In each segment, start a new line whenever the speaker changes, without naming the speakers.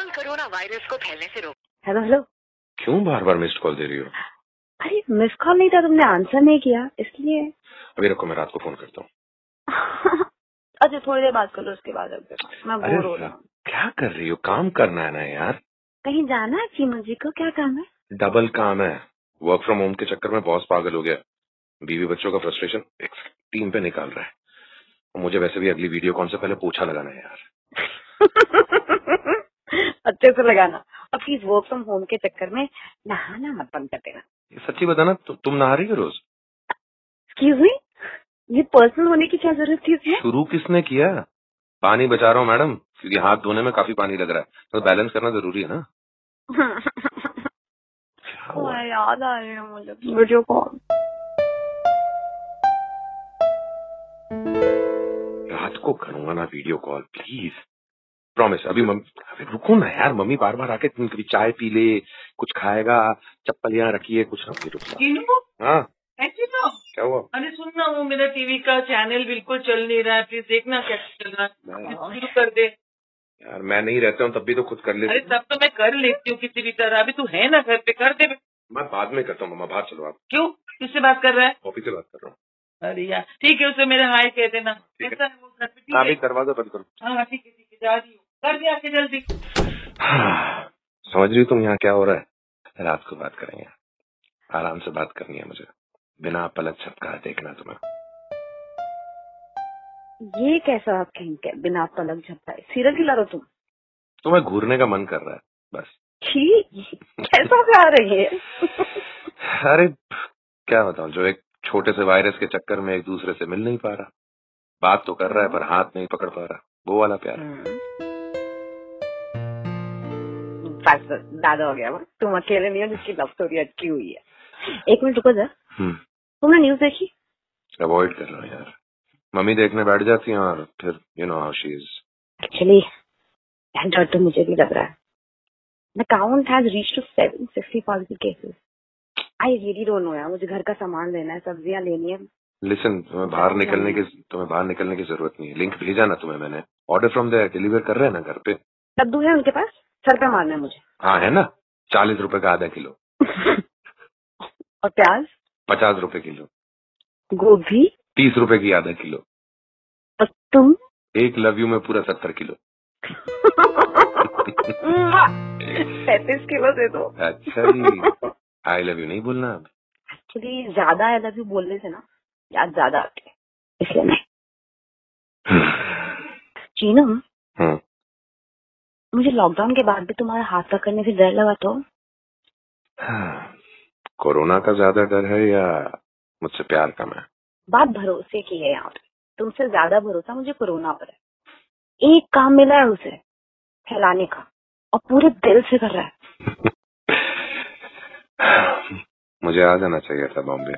Virus को फैलने से रोक
हेलो हेलो
क्यों बार बार मिस्ड कॉल दे रही हो
अरे मिस कॉल नहीं था तुमने आंसर नहीं किया इसलिए
अभी रखो मैं रात को फोन करता हूँ
अच्छा थोड़ी देर बात करो उसके बाद अब मैं
अरे
बोर हो रहा
वाह।
हूँ
क्या कर रही हो काम करना है ना यार
कहीं जाना है जी मुझे को क्या काम है
डबल काम है वर्क फ्रॉम होम के चक्कर में बॉस पागल हो गया बीवी बच्चों का फ्रस्ट्रेशन एक टीम पे निकाल रहा है और मुझे वैसे भी अगली वीडियो कॉल से पहले पूछा लगाना है यार
अच्छे से लगाना और प्लीज वर्क फ्रॉम होम के चक्कर में नहाना मत बंद कर देना
ये सच्ची बताना तु, तुम नहा रही हो रोज
एक्सक्यूज मी ये पर्सनल होने की क्या जरूरत थी इसमें
शुरू किसने किया पानी बचा रहा हूँ मैडम क्योंकि हाथ धोने में काफी पानी लग रहा है तो बैलेंस करना जरूरी है ना क्या हुआ?
ओह, याद आ रही है मुझे वीडियो कॉल
रात को करूंगा ना वीडियो कॉल प्लीज प्रॉमिस अभी मम्मी अभी रुको ना यार मम्मी बार बार आके तुम कभी चाय पी ले कुछ खाएगा चप्पल यहाँ रखी है कुछ ना कुछ रुकना
किनू
हाँ
ऐसे तो
क्या हुआ
अरे सुनना वो मेरा टीवी का चैनल बिल्कुल चल नहीं रहा है प्लीज देखना क्या चल रहा है
मैं-
शुरू कर दे
यार मैं नहीं रहता हूँ तब भी तो खुद कर
अरे
लेती हूँ।
तब तो मैं कर लेती हूँ किसी भी तरह अभी तू है ना घर पे कर दे
मैं बाद में करता हूँ मम्मा बाहर चलो आप
क्यों किससे बात कर रहा है
कॉपी से बात कर रहा हूँ
अरे यार ठीक है उसे मेरा हाय कह देना
ठीक है।
कैसा है वो घर पे ठीक
आप
है
एक दरवाजा बंद करो
हाँ हाँ, ठीक है ठीक है जा रही हूँ कर दे आके जल्दी
हाँ, समझ रही हो तुम यहाँ क्या हो रहा है रात को बात करेंगे आराम से बात करनी है मुझे बिना पलक छपका देखना तुम्हें
ये कैसा आप कहेंगे बिना पलक झपकाए सीरियल खिला दो तुम
तुम्हें घूरने का मन कर रहा है बस
छी कैसा प्यार है ये
अरे क्या बताऊं जो एक छोटे से वायरस के चक्कर में एक दूसरे से मिल नहीं पा रहा बात तो कर रहा है पर हाथ नहीं पकड़ पा रहा वो वाला प्यार
हाँ। बस बस, ज्यादा हो गया वो। तुम अकेले नहीं हो जिसकी लव स्टोरी अटकी हुई है एक मिनट रुको जरा तुमने न्यूज देखी
अवॉइड हम्म, कर रहा हूं यार मम्मी देखने बैठ जाती हैं और फिर you know how she is
actually डर तो मुझे भी लग रहा है the count has reach to seven sixty positive cases I really don't know यार मुझे घर का सामान लेना है सब्जियां लेनी है
लिसन तुम्हें बाहर निकलने की तुम्हें बाहर निकलने की जरूरत नहीं है लिंक भेजा ना तुम्हें मैंने ऑर्डर फ्रॉम देयर डिलीवर कर रहे हैं ना घर पे
कद्दू है उनके पास सर पे मारना है मुझे
हाँ है ना चालीस रुपए का आधा किलो
और प्याज
पचास रुपए किलो
गोभी
तीस रुपए की आधा किलो
और तुम
एक लव यू में पूरा सत्तर किलो
पैंतीस किलो दे दो
अच्छा जी आई लव यू नहीं बोलना अब
एक्चुअली ज्यादा आई लव यू बोलने से ना याद ज्यादा आती है इसलिए मैं चीनम
हम्म।
मुझे लॉकडाउन के बाद भी तुम्हारा हाथ पकड़ने से डर लगा तो
हाँ, कोरोना का ज्यादा डर है या मुझसे प्यार कम है
बात भरोसे की है यहाँ पे तुमसे ज्यादा भरोसा मुझे कोरोना पर है एक काम मिला है उसे फैलाने का और पूरे दिल से कर रहा है
मुझे आ जाना चाहिए था बॉम्बे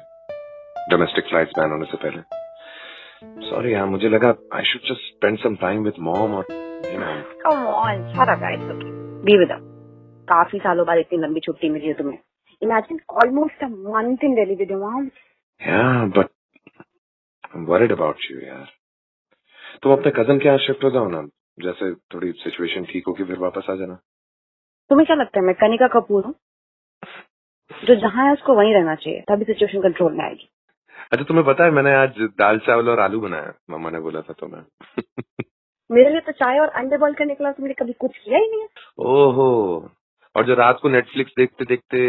डोमेस्टिक फ्लाइट्स बैन होने से पहले सॉरी यार मुझे लगा I should just spend some time with mom और you know,
कम ऑन सारा गाइस बी विद काफी सालों बाद इतनी लंबी छुट्टी मिली है तुम्हें imagine almost a month in Delhi with mom
yeah but i'm worried about you यार तुम अपने कजन के यहाँ शिफ्ट हो जाओ ना जैसे थोड़ी सिचुएशन ठीक होगी फिर वापस आ जाना
तुम्हें क्या लगता है मैं कनिका कपूर हूँ जो जहाँ है उसको वहीं रहना चाहिए तभी सिचुएशन कंट्रोल में आएगी
अच्छा तुम्हें पता है मैंने आज दाल चावल और आलू बनाया मम्मा ने बोला था तो मैं
मेरे लिए तो चाय और अंडे बॉल का निकला तुमने कभी कुछ किया ही नहीं है
ओहो और जो रात को नेटफ्लिक्स देखते देखते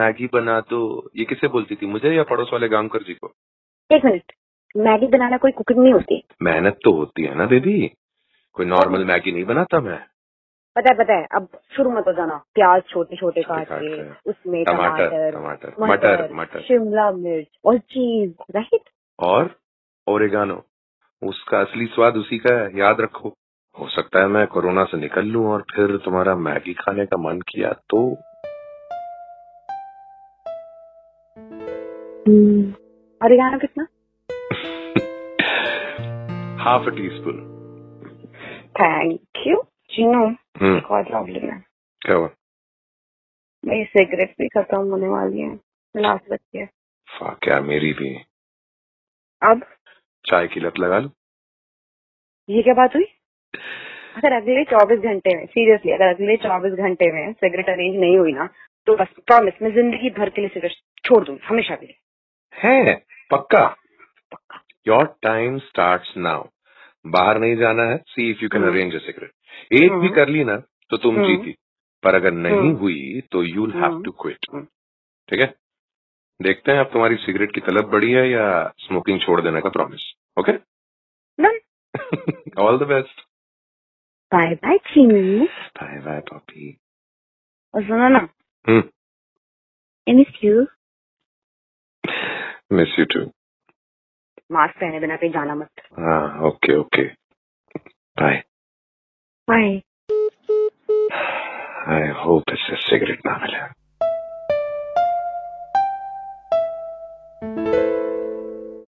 मैगी बना दो ये किसे बोलती थी मुझे या पड़ोस वाले गांवकर जी को
एक मिनट मैगी बनाना कोई कुकिंग नहीं होती
मेहनत तो होती है ना बेबी कोई नॉर्मल मैगी नहीं बनाता मैं
पता है पता है अब शुरू मत हो जाना प्याज छोटे छोटे काट
काट
के
के,
उसमें
टमाटर
टमाटर
टमाटर मटर मटर
शिमला मिर्च और चीज राइट
और ओरेगानो उसका असली स्वाद उसी का है याद रखो हो सकता है मैं कोरोना से निकल लूं और फिर तुम्हारा मैगी खाने का मन किया तो
और गाना कितना
half a teaspoon
thank you Chinu
हम्म
बहुत प्रॉब्लम है
क्या हुआ
मेरी सिगरेट भी खत्म होने वाली है लास्ट बची है
Fuck यार मेरी भी
अब
चाय की लत लगा लो
ये क्या बात हुई अगर अगले चौबीस घंटे में सीरियसली अगर अगले चौबीस घंटे में सिगरेट अरेंज नहीं हुई ना तो बस प्रॉमिस मैं जिंदगी भर के लिए सिगरेट छोड़ दूंगी हमेशा के लिए
है पक्का योर टाइम स्टार्ट नाउ बाहर नहीं जाना है see if you can
hmm.
Arrange a cigarette एक भी
हम्म।
कर ली ना तो तुम
हम्म।
जीती पर अगर नहीं
हम्म।
हुई तो you have
hmm.
To quit
hmm.
ठीक है देखते हैं अब तुम्हारी सिगरेट की तलब बढ़ी है या स्मोकिंग छोड़ देने का promise okay
Done.
All the best
bye bye Chinu
bye bye Poppy
और सुनो ना
hmm.
I miss you
miss you too
mask पहने बिना कहीं जाना मत
हाँ okay okay bye
bye
I hope इससे सिगरेट ना मिले